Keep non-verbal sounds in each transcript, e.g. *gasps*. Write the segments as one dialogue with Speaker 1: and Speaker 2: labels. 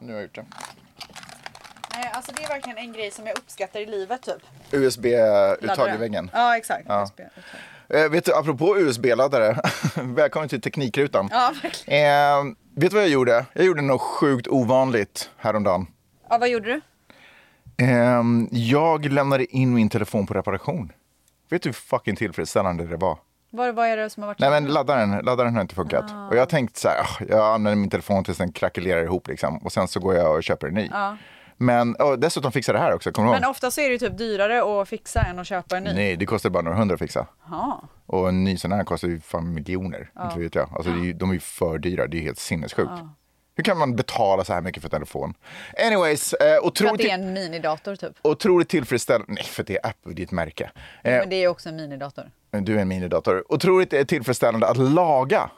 Speaker 1: nu har jag gjort det.
Speaker 2: Nej, alltså det är verkligen en grej som jag uppskattar i livet typ.
Speaker 1: USB-uttag i
Speaker 2: Laddaren.
Speaker 1: väggen.
Speaker 2: Ja, exakt.
Speaker 1: Ja.
Speaker 2: USB.
Speaker 1: Eh, vet du, apropå USB-laddare, *laughs* välkommen till Teknikrutan.
Speaker 2: Ja, verkligen.
Speaker 1: Eh, vet du vad jag gjorde? Jag gjorde något sjukt ovanligt häromdagen.
Speaker 2: Ja, vad gjorde du?
Speaker 1: Eh, jag lämnade in min telefon på reparation. Vet du hur fucking tillfredsställande det var?
Speaker 2: Vad, vad är det som har varit
Speaker 1: Nej men laddaren, laddaren har inte funkat. Och jag tänkte så här, "Ah, jag använder min telefon tills den krackelerar ihop liksom. Och sen så går jag och köper en ny. Men och dessutom fixar det här också, kommer du
Speaker 2: Men
Speaker 1: ihåg?
Speaker 2: ofta så är det ju typ dyrare att fixa än att köpa en ny.
Speaker 1: Nej, det kostar bara några hundra att fixa.
Speaker 2: Jaha. Och
Speaker 1: Och en ny sån här kostar ju fan miljoner. Inte vet jag. Alltså, det är ju, de är ju för dyra, det är ju helt sinnessjukt. Hur kan man betala så här mycket för telefon? Anyways, eh,
Speaker 2: För att
Speaker 1: otroligt,
Speaker 2: det är en minidator typ.
Speaker 1: otroligt tillfredsställande. Nej, för det är Apple, det är ett märke. Eh,
Speaker 2: Men det är ju också en minidator.
Speaker 1: Du är en minidator. Otroligt eh, tillfredsställande att laga.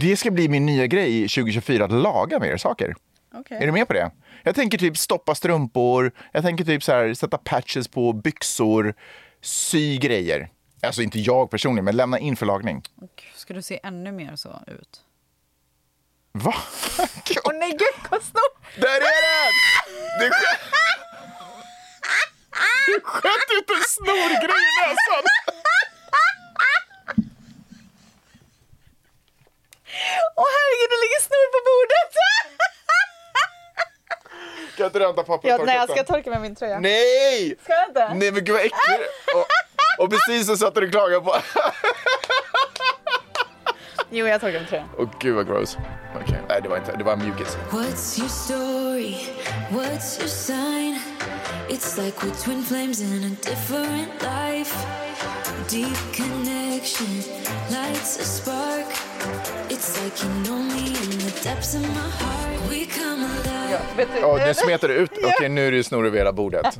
Speaker 1: Det ska bli min nya grej i 2024, att laga mer saker.
Speaker 2: Okej.
Speaker 1: Är du med på det? Jag tänker typ stoppa strumpor, jag tänker typ så här, sätta patches på byxor, sy grejer. Alltså inte jag personligen, men lämna in för lagning.
Speaker 2: Gud, Ska du se ännu mer så ut?
Speaker 1: Va?
Speaker 2: Åh nej, gud vad snor!
Speaker 1: Där är den! Du sköt, du sköt ut en snorgrej i näsan!
Speaker 2: Åh herregud, det ligger snor på bordet!
Speaker 1: Kan inte du hämta pappret och
Speaker 2: Ja,
Speaker 1: torka
Speaker 2: nej, jag
Speaker 1: upp
Speaker 2: ska
Speaker 1: den?
Speaker 2: torka med min tröja.
Speaker 1: Nej!
Speaker 2: Ska jag inte?
Speaker 1: Nej men gud vad äckligt! Och, och precis så satt du och klagade på...
Speaker 2: Jo, jag torkar med tröjan.
Speaker 1: Åh gud vad gross. Okej, nej det var inte, det var mjukis.
Speaker 3: What's your story? What's your sign? It's like we're twin flames in a different life. Deep connection lights a spark. It's like you know me in the depths of my heart. We come alive.
Speaker 2: Vet du,
Speaker 1: Ja, nu smetar du ut. Okej, nu är det ju snor över hela bordet.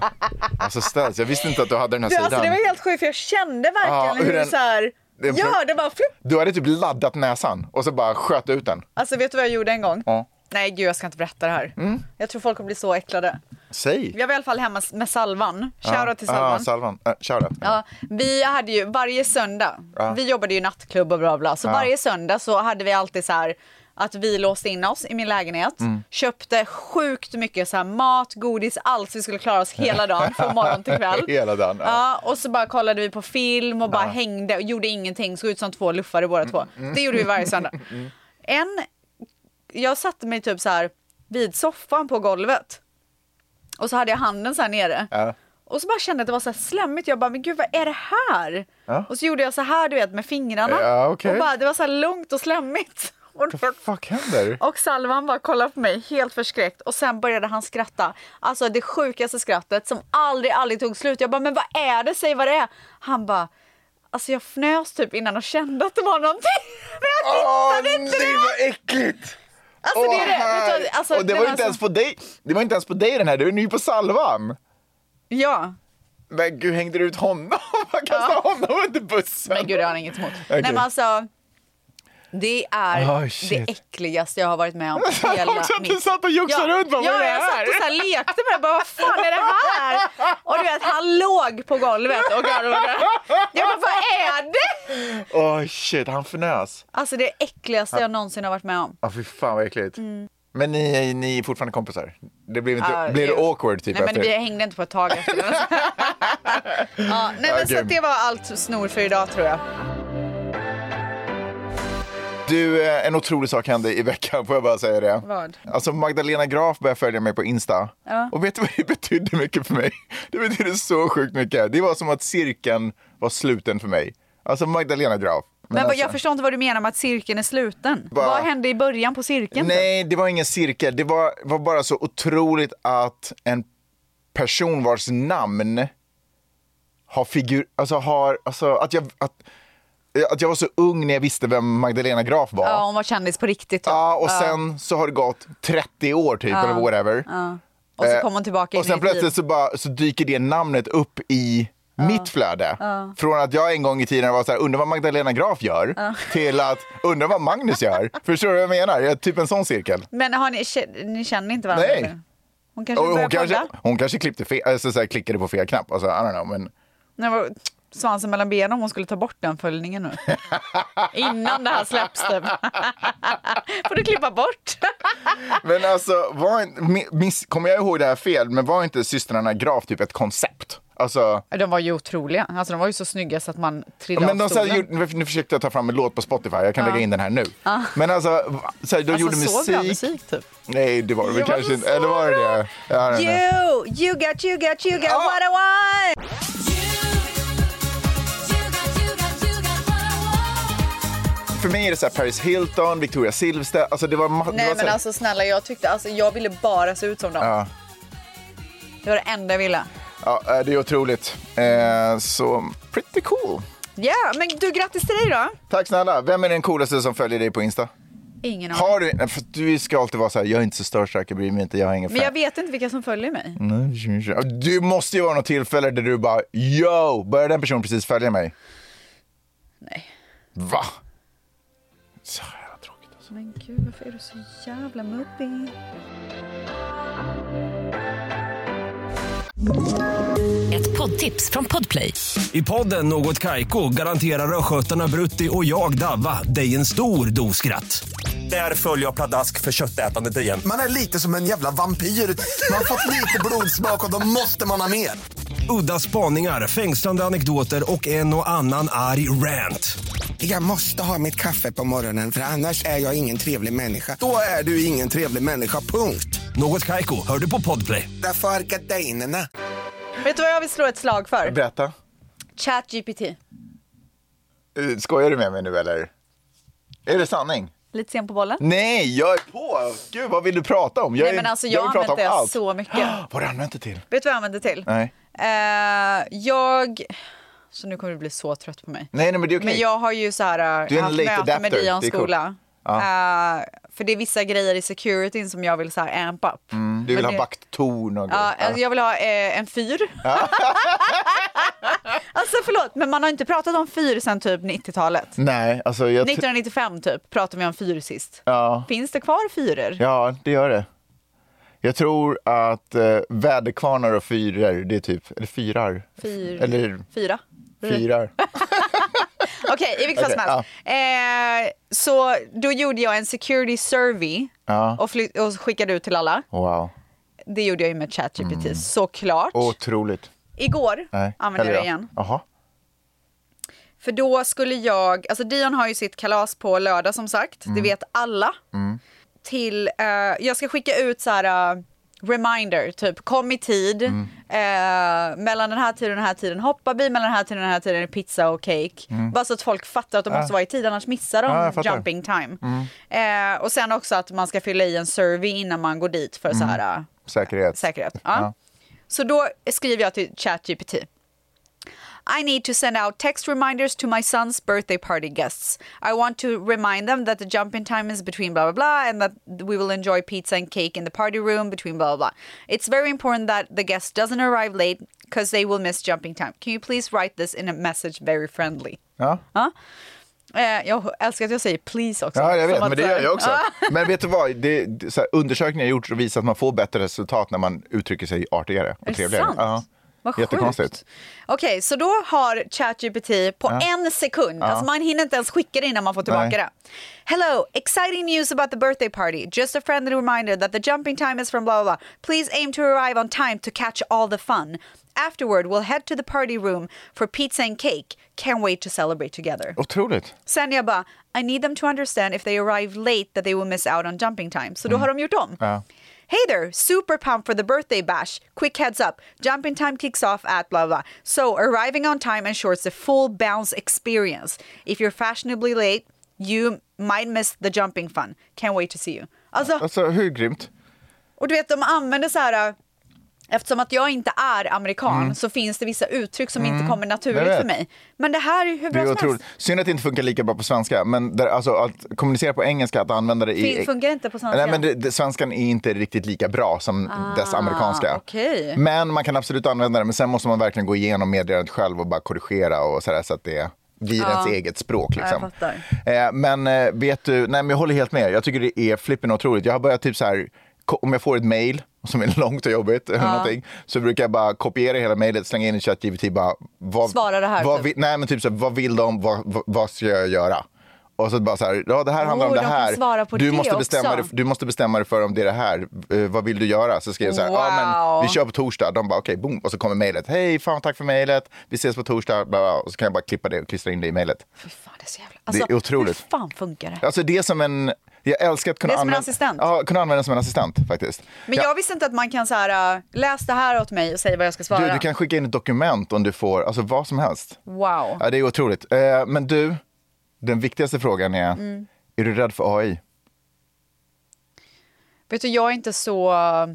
Speaker 1: Alltså ställs, jag visste inte att du hade den här
Speaker 2: du,
Speaker 1: sidan.
Speaker 2: alltså, det var helt sjukt för jag kände
Speaker 1: Ja,
Speaker 2: verkligen
Speaker 1: hur
Speaker 2: hur,
Speaker 1: den-
Speaker 2: så här...
Speaker 1: den-
Speaker 2: Ja, det bara flupp!
Speaker 1: Du hade typ laddat näsan och så bara sköt ut den.
Speaker 2: Alltså vet du vad jag gjorde en gång?
Speaker 1: Ja. Mm.
Speaker 2: Nej gud jag ska inte berätta det här. Jag tror folk kommer bli så äcklade.
Speaker 1: Säg!
Speaker 2: Jag var i alla fall hemma s- med Salvan. Shoutout till Salvan.
Speaker 1: Ja, Salvan. Äh, shoutout.
Speaker 2: Ja, vi hade ju varje söndag,
Speaker 1: Ja.
Speaker 2: vi jobbade ju nattklubb och bla bla, så varje söndag så hade vi alltid så här att vi låste in oss i min lägenhet,
Speaker 1: Mm.
Speaker 2: köpte sjukt mycket så här mat, godis, allt så vi skulle klara oss
Speaker 1: *laughs*
Speaker 2: hela dagen från morgon till kväll.
Speaker 1: Hela dagen, ja.
Speaker 2: Ja. och så bara kollade vi på film och bara hängde och gjorde ingenting, såg ut som två luffare båda
Speaker 1: Mm,
Speaker 2: två. Det gjorde
Speaker 1: *laughs*
Speaker 2: vi varje söndag. En, jag satte mig typ så här vid soffan på golvet och så hade jag handen så här nere.
Speaker 1: Ja.
Speaker 2: Och så bara kände jag att det var så här slemmigt. Jag bara, men gud vad är det här?
Speaker 1: Ja.
Speaker 2: Och så gjorde jag så här du vet med fingrarna.
Speaker 1: Ja, okej.
Speaker 2: Och bara, det var så här långt och slemmigt. *laughs* Och,
Speaker 1: Vad fuck händer?
Speaker 2: och Salvan bara kollade på mig helt förskräckt och sen började han skratta. Alltså det sjukaste skrattet som aldrig, aldrig tog slut. Jag bara, men vad är det? Säg vad det är. Han bara, alltså jag fnös typ innan och kände att det var någonting. *laughs* Men jag
Speaker 1: Åh
Speaker 2: tittade inte.
Speaker 1: nej vad äckligt!
Speaker 2: Alltså det är det. Vet
Speaker 1: här.
Speaker 2: du, vad, alltså,
Speaker 1: och det var ju inte
Speaker 2: så-
Speaker 1: ens på dig. Det var inte ens på dig den här, du är ny på Salvan.
Speaker 2: Ja.
Speaker 1: Men gud, hängde du ut honom? *laughs* Man kastade honom under bussen. *laughs*
Speaker 2: Men gud, det har han inget emot.
Speaker 1: Okej.
Speaker 2: Nej, men alltså, det är
Speaker 1: Oh, shit.
Speaker 2: det äckligaste jag har
Speaker 1: *laughs*
Speaker 2: varit med om hela
Speaker 1: Alltså, Också att du
Speaker 2: mitt-
Speaker 1: satt och joxade runt, bara,
Speaker 2: ja,
Speaker 1: vad är det
Speaker 2: jag
Speaker 1: här?
Speaker 2: satt och så här lekte med det. Bara, vad fan är det här? Och du vet, han låg på golvet och jag bara, jag bara, vad är det?
Speaker 1: Åh shit, han fnös.
Speaker 2: Alltså det är det äckligaste jag någonsin har varit med om.
Speaker 1: Ja, fy fan vad äckligt. Men ni, är- ni är fortfarande kompisar? Det blev inte,
Speaker 2: Mm. Ja,
Speaker 1: blev det
Speaker 2: jo.
Speaker 1: awkward typ
Speaker 2: Nej, men
Speaker 1: efter?
Speaker 2: vi hängde inte på ett tag
Speaker 1: *laughs*
Speaker 2: efter. det. ja, nej, men så
Speaker 1: Okej.
Speaker 2: att det var allt snor för idag tror jag.
Speaker 1: Du, eh, en otrolig sak hände i veckan, får jag bara säga det?
Speaker 2: Vad?
Speaker 1: Alltså Magdalena Graf började följa mig på Insta.
Speaker 2: Ja.
Speaker 1: Och vet du vad det betydde mycket för mig? Det betydde så sjukt mycket. Det var som att cirkeln var sluten för mig. Alltså Magdalena Graf.
Speaker 2: Men vad-
Speaker 1: alltså-
Speaker 2: jag förstår inte vad du menar med att cirkeln är sluten.
Speaker 1: Bara-
Speaker 2: Vad hände i början på cirkeln? då?
Speaker 1: Nej, det var ingen cirkel. Det var, var bara så otroligt att en person vars namn har figur... Alltså har... Alltså att jag... Att, att jag var så ung när jag visste vem Magdalena Graf var.
Speaker 2: Ja, hon var kändis på riktigt. typ.
Speaker 1: Ja, och sen så har det gått 30 år typ, eller whatever.
Speaker 2: Och så
Speaker 1: Eh,
Speaker 2: kom hon tillbaka in
Speaker 1: Och sen
Speaker 2: i mitt liv.
Speaker 1: plötsligt så, bara, så dyker det namnet upp i mitt flöde. Från att jag en gång i tiden var så här, undrar vad Magdalena Graf gör, till att undrar vad Magnus gör. Förstår du vad jag menar? Jag är typ en sån cirkel.
Speaker 2: Men har ni, kä- ni känner inte varandra?
Speaker 1: Nej.
Speaker 2: eller? Hon kanske
Speaker 1: Och
Speaker 2: börjar
Speaker 1: hon, kanske, eh,
Speaker 2: podda?
Speaker 1: hon kanske klippte fel, alltså, så här, klickade på fel knapp. Alltså, I don't know, men
Speaker 2: Nej, vad- svansen mellan benen om hon skulle ta bort den
Speaker 1: *laughs*
Speaker 2: följningen nu. Innan det här släpps typ. Får du klippa bort.
Speaker 1: Men alltså, var, inte- mi- miss, kommer jag ihåg det här fel, men var inte systrarna Graf typ ett koncept? Alltså,
Speaker 2: De var ju otroliga. Alltså de var ju så snygga så att man trillade
Speaker 1: men de
Speaker 2: av
Speaker 1: så här,
Speaker 2: stolen.
Speaker 1: gjorde, nu försökte jag ta fram en låt på Spotify, jag kan lägga in den här nu. Men alltså, så här, de
Speaker 2: Alltså
Speaker 1: gjorde
Speaker 2: så bra
Speaker 1: musik.
Speaker 2: musik typ.
Speaker 1: Nej, det var det väl
Speaker 2: Jo, det
Speaker 1: kanske
Speaker 2: var
Speaker 1: inte.
Speaker 2: så
Speaker 1: Eller var det det? Ja, den är-
Speaker 2: You, you got, you got, you got what I want.
Speaker 1: För mig är det så här Paris Hilton, Victoria Silvstedt, alltså det var... ma- det
Speaker 2: Nej
Speaker 1: var så
Speaker 2: men
Speaker 1: här,
Speaker 2: alltså snälla jag tyckte alltså jag ville bara se ut som dem.
Speaker 1: Ja.
Speaker 2: Det var det enda jag ville.
Speaker 1: Ja, eh, det är otroligt. Eh, så pretty cool.
Speaker 2: Ja, men du grattis till dig då.
Speaker 1: Tack snälla. Vem är den coolaste som följer dig på Insta?
Speaker 2: Ingen aning.
Speaker 1: Har du, nej, för du ska alltid vara så här, jag är inte så störstark, jag bryr mig inte, jag har ingen
Speaker 2: Men jag
Speaker 1: fan.
Speaker 2: vet inte vilka som följer mig.
Speaker 1: Du måste ju vara något tillfälle där du bara, yo, börjar den personen precis följa mig?
Speaker 2: Nej.
Speaker 1: Va? Så jävla tråkigt alltså.
Speaker 2: Men gud, varför är du så jävla muppig?
Speaker 4: Ett poddtips från Podplay.
Speaker 5: I podden Något Kaiko garanterar östgötarna Brutti och jag, Davva, dig en stor dos skratt. Där följer jag pladask för köttätandet igen.
Speaker 6: Man är lite som en jävla vampyr. Man har fått lite blodsmak och då måste man ha mer.
Speaker 5: Udda spaningar, fängslande anekdoter och en och annan arg rant.
Speaker 6: Jag måste ha mitt kaffe på morgonen för annars är jag ingen trevlig människa. Då är du ingen trevlig människa, punkt.
Speaker 5: Något Kaiko, hör du på Podplay.
Speaker 6: Därför är gardinerna.
Speaker 2: Vet du vad jag vill slå ett slag för?
Speaker 1: Berätta.
Speaker 2: ChatGPT.
Speaker 1: Eh, Skojar du med mig nu eller? Är det sanning?
Speaker 2: Lite sen på bollen.
Speaker 1: Nej, jag är på! Gud, vad vill du prata om? Jag,
Speaker 2: Nej,
Speaker 1: är-
Speaker 2: men alltså,
Speaker 1: jag
Speaker 2: jag
Speaker 1: vill prata om
Speaker 2: använder det
Speaker 1: allt.
Speaker 2: så mycket.
Speaker 1: *gasps* Vad har du använt det till?
Speaker 2: Vet du vad jag använder till?
Speaker 1: Nej.
Speaker 2: Eh, jag... Så nu kommer du bli så trött på mig.
Speaker 1: Nej, nej men det är okej.
Speaker 2: Men jag har ju så här, eh,
Speaker 1: Du är en
Speaker 2: haft
Speaker 1: late
Speaker 2: möte
Speaker 1: adapter,
Speaker 2: med
Speaker 1: det är
Speaker 2: Dions
Speaker 1: coolt.
Speaker 2: skola. Eh, för det är vissa grejer i securityn som jag vill så här amp up.
Speaker 1: Mm, Du vill
Speaker 2: Men
Speaker 1: ha
Speaker 2: det-
Speaker 1: backtorn och
Speaker 2: Ja, alltså jag vill ha eh, en fyr. *laughs* alltså förlåt, men man har inte pratat om fyr sedan typ 90-talet.
Speaker 1: Nej, alltså jag...
Speaker 2: 1995 typ pratade vi om fyr sist.
Speaker 1: Ja.
Speaker 2: Finns det kvar fyror?
Speaker 1: Ja, det gör det. Jag tror att eh, väderkvarnar och fyror, det är typ, eller fyrar.
Speaker 2: Fyr-
Speaker 1: Eller
Speaker 2: Fyra? *laughs*
Speaker 1: fyrar.
Speaker 2: Okej, i vilket fall som
Speaker 1: Okej,
Speaker 2: helst. Eh, så då gjorde jag en security survey
Speaker 1: Ja.
Speaker 2: och, fly- och skickade ut till alla.
Speaker 1: Wow,
Speaker 2: Det gjorde jag ju med ChatGPT såklart.
Speaker 1: otroligt.
Speaker 2: Igår
Speaker 1: Mm. Nej,
Speaker 2: använde
Speaker 1: eller
Speaker 2: jag
Speaker 1: ja.
Speaker 2: det igen.
Speaker 1: Jaha.
Speaker 2: För då skulle jag, alltså Dion har ju sitt kalas på lördag som sagt,
Speaker 1: Mm.
Speaker 2: det vet alla. Till, eh, jag ska skicka ut så här eh, reminder, typ kom i tid,
Speaker 1: Mm.
Speaker 2: eh, mellan den här tiden och den här tiden hoppar vi, mellan den här tiden och den här tiden är pizza och cake. Bara så att folk fattar att de måste vara i tid, annars missar
Speaker 1: Ja,
Speaker 2: de
Speaker 1: Mm. Ah. jag fattar. Mm.
Speaker 2: jumping time. Eh, och sen också att man ska fylla i en survey innan man går dit för
Speaker 1: Mm.
Speaker 2: så här eh,
Speaker 1: Säkerhet.
Speaker 2: säkerhet. Ja.
Speaker 1: Ja.
Speaker 2: Så då skriver jag till ChatGPT. I need to send out text reminders to my son's birthday party guests. I want to remind them that the jump-in time is between blah blah blah and that we will enjoy pizza and cake in the party room between blah blah blah. It's very important that the guest doesn't arrive late because they will miss jumping time. Can you please write this in a message very friendly?
Speaker 1: Ja.
Speaker 2: Eh, jag älskar att jag säger please också.
Speaker 1: Ja, jag
Speaker 2: Som
Speaker 1: vet,
Speaker 2: att
Speaker 1: men det
Speaker 2: så här-
Speaker 1: gör jag också. *laughs* Men vet du vad, det, det, så här, undersökningar har gjorts och visar att man får bättre resultat när man uttrycker sig artigare och
Speaker 2: Är det
Speaker 1: trevligare.
Speaker 2: sant?
Speaker 1: Ja.
Speaker 2: Vad
Speaker 1: Jättekonstigt.
Speaker 2: sjukt. Okej, så då har ChatGPT på en sekund, alltså man hinner inte ens skicka det innan man får tillbaka
Speaker 1: Nej.
Speaker 2: det. Hello, exciting news about the birthday party. Just a friendly reminder that the jumping time is from blah blah blah. Please aim to arrive on time to catch all the fun. Afterward we'll head to the party room for pizza and cake. Can't wait to celebrate together.
Speaker 1: Otroligt.
Speaker 2: Sen jag bara, I need them to understand if they arrive late that they will miss out on jumping time. Så då har de gjort om. Hey there, super pumped for the birthday bash. Quick heads up, jumping time kicks off at blah blah. So arriving on time ensures the full bounce experience. If you're fashionably late, you might miss the jumping fun. Can't wait to see you. Alltså,
Speaker 1: Alltså hur grymt?
Speaker 2: och du vet de använder så här, äh, eftersom att jag inte är amerikan så finns det vissa uttryck som inte kommer
Speaker 1: Jag
Speaker 2: naturligt
Speaker 1: vet.
Speaker 2: för mig. Men det här är hur
Speaker 1: Det
Speaker 2: bra
Speaker 1: är
Speaker 2: som
Speaker 1: otroligt.
Speaker 2: helst.
Speaker 1: Synd att det inte funkar lika bra på svenska, men där, alltså, att kommunicera på engelska, att använda det i...
Speaker 2: Fin- funkar inte på svenska? Ah,
Speaker 1: Nej, men det, det, svenskan är inte riktigt lika bra som dess amerikanska.
Speaker 2: okej.
Speaker 1: Men man kan absolut använda det, men sen måste man verkligen gå igenom meddelandet själv och bara korrigera och sådär så att det blir ens eget språk.
Speaker 2: jag
Speaker 1: Liksom.
Speaker 2: fattar.
Speaker 1: Eh, men eh, vet du, nej men jag håller helt med. Jag tycker det är flippen otroligt. Jag har börjat typ så här ko- om jag får ett mejl som är *laughs* långt och jobbigt eller någonting, så brukar jag bara kopiera hela mejlet, slänga in i ChatGPT bara. Vad,
Speaker 2: Svara det här,
Speaker 1: Vad
Speaker 2: typ.
Speaker 1: vill, nej, men typ så här, vad vill de? Vad, vad, vad ska jag göra? Och så bara så här, ja det här handlar om
Speaker 2: Oh,
Speaker 1: det
Speaker 2: de kan
Speaker 1: här.
Speaker 2: svara på
Speaker 1: du,
Speaker 2: det
Speaker 1: måste bestämma
Speaker 2: också.
Speaker 1: dig, du måste bestämma dig för om det är det här. Eh, vad vill du göra? Så skrev jag så här, ja
Speaker 2: Wow.
Speaker 1: men vi kör på torsdag. De bara okej, boom. Och så kommer mejlet. Hej, fan tack för mejlet. Vi ses på torsdag. Bla, bla. Och så kan jag bara klippa det och klistra in det i mejlet.
Speaker 2: Fy fan, det är så jävla... Alltså,
Speaker 1: är otroligt.
Speaker 2: Hur fan funkar det?
Speaker 1: Alltså det är som en... Jag älskar att kunna,
Speaker 2: Det är som en
Speaker 1: använda-
Speaker 2: assistent.
Speaker 1: Ja, kunna använda den som en assistent faktiskt.
Speaker 2: Men
Speaker 1: Ja,
Speaker 2: jag visste inte att man kan så här, äh, läs det här åt mig och säg vad jag ska svara.
Speaker 1: du, du kan skicka in ett dokument om du får, alltså vad som helst.
Speaker 2: Wow.
Speaker 1: Ja, det är otroligt. Eh, men du, den viktigaste frågan är,
Speaker 2: Mm.
Speaker 1: är du rädd för AI?
Speaker 2: Vet du, jag är inte så äh,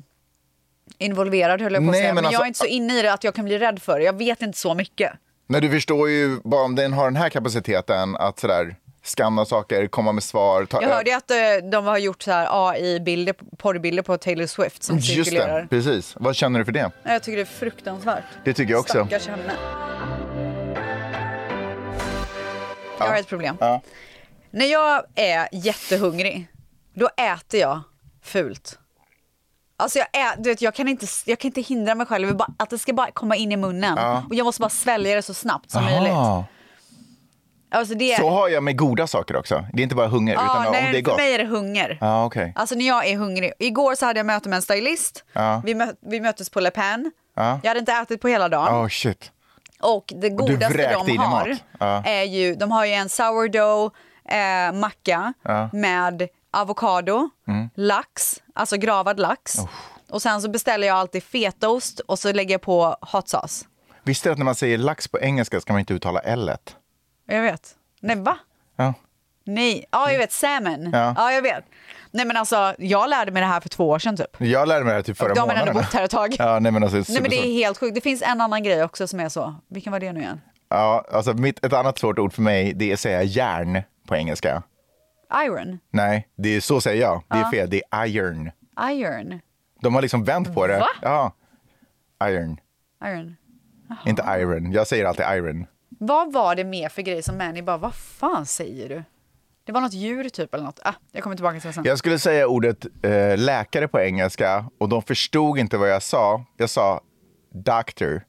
Speaker 2: involverad höll jag på att
Speaker 1: Nej,
Speaker 2: säga.
Speaker 1: men
Speaker 2: Men, jag
Speaker 1: alltså-
Speaker 2: är inte så inne i det att jag kan bli rädd för det. Jag vet inte så mycket.
Speaker 1: Nej, du förstår ju bara om den har den här kapaciteten att sådär skanna saker, komma med svar. Ta
Speaker 2: Jag hörde ju att eh, de har gjort så här AI-bilder, porrbilder på Taylor Swift som
Speaker 1: Just
Speaker 2: cirkulerar.
Speaker 1: det, precis. Vad känner du för det?
Speaker 2: Nej, Jag tycker det är fruktansvärt.
Speaker 1: Det tycker jag också.
Speaker 2: Stackars henne. Jag har ett problem.
Speaker 1: Ja.
Speaker 2: När jag är jättehungrig, då äter jag fult. Alltså jag, ä, du vet, jag, kan inte, jag kan inte hindra mig själv, Jag bara, att det ska bara komma in i munnen. Och jag måste bara svälja det så snabbt som möjligt.
Speaker 1: Ah,
Speaker 2: Alltså det,
Speaker 1: så har jag med goda saker också. Det är inte bara hunger,
Speaker 2: Ja,
Speaker 1: utan
Speaker 2: nej,
Speaker 1: om det är
Speaker 2: För
Speaker 1: gott.
Speaker 2: mig är det hunger.
Speaker 1: Ja, okej.
Speaker 2: Alltså när jag är hungrig. Igår så hade jag möte med en stylist.
Speaker 1: Ja.
Speaker 2: Vi, mö- vi möttes på Le Pen.
Speaker 1: Ja.
Speaker 2: Jag hade inte ätit på hela dagen.
Speaker 1: Ah, shit.
Speaker 2: Och det godaste
Speaker 1: vräkte
Speaker 2: de
Speaker 1: in i
Speaker 2: har
Speaker 1: mat. Ja.
Speaker 2: är ju, de har ju en sourdough eh, macka med avokado,
Speaker 1: Mm.
Speaker 2: lax, alltså gravad lax. Och sen så beställer jag alltid fetaost och så lägger jag på hot sauce.
Speaker 1: Visste du att när man säger lax på engelska ska man inte uttala l
Speaker 2: Jag vet. Nej va?
Speaker 1: Ja.
Speaker 2: Nej, ja jag vet, salmon. Ja.
Speaker 1: Ja.
Speaker 2: jag vet. Nej men alltså, jag lärde mig det här för två år sedan typ.
Speaker 1: Jag lärde mig det här typ förra
Speaker 2: Då har man
Speaker 1: månaden.
Speaker 2: ändå bott här ett tag.
Speaker 1: Ja, nej, men alltså,
Speaker 2: Nej men det är
Speaker 1: supersvårt.
Speaker 2: helt sjukt. Det finns en annan grej också som är så. Vilken var det nu igen?
Speaker 1: ja, alltså, mitt, ett annat svårt ord för mig det är att säga järn på engelska.
Speaker 2: Iron?
Speaker 1: Nej, det är, så säger jag. Det är fel. Det är iron.
Speaker 2: Iron?
Speaker 1: De har liksom vänt på det.
Speaker 2: Va?
Speaker 1: Ja. Iron.
Speaker 2: Iron.
Speaker 1: Inte iron. Jag säger alltid iron.
Speaker 2: Vad var det mer för grej som Manny bara, vad fan säger du? Det var något djur typ eller något. Ah, jag kommer tillbaka till det sen.
Speaker 1: Jag skulle säga ordet eh, läkare på engelska och de förstod inte vad jag sa. Jag sa doctor.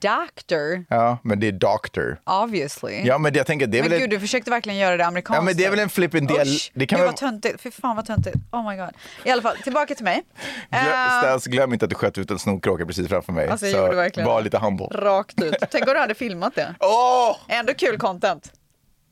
Speaker 2: Doctor,
Speaker 1: Ja, men det är doctor.
Speaker 2: obviously.
Speaker 1: Ja, men jag tänker det är
Speaker 2: men
Speaker 1: väl
Speaker 2: gud,
Speaker 1: ett...
Speaker 2: du försökte verkligen göra det amerikanskt.
Speaker 1: Ja, men det är väl en flippin' del-
Speaker 2: Usch,
Speaker 1: det kan
Speaker 2: gud
Speaker 1: väl-
Speaker 2: vad töntigt. Fy fan vad töntigt. Oh my god. I alla fall, tillbaka till mig.
Speaker 1: Glö-
Speaker 2: Eh,
Speaker 1: Stas, glöm inte att du sköt ut en snorkråka precis framför mig.
Speaker 2: alltså,
Speaker 1: Så
Speaker 2: jag gjorde verkligen
Speaker 1: var
Speaker 2: det.
Speaker 1: lite humble.
Speaker 2: Eh, Rakt ut. Tänk om du hade filmat det.
Speaker 1: Åh!
Speaker 2: Ändå kul content.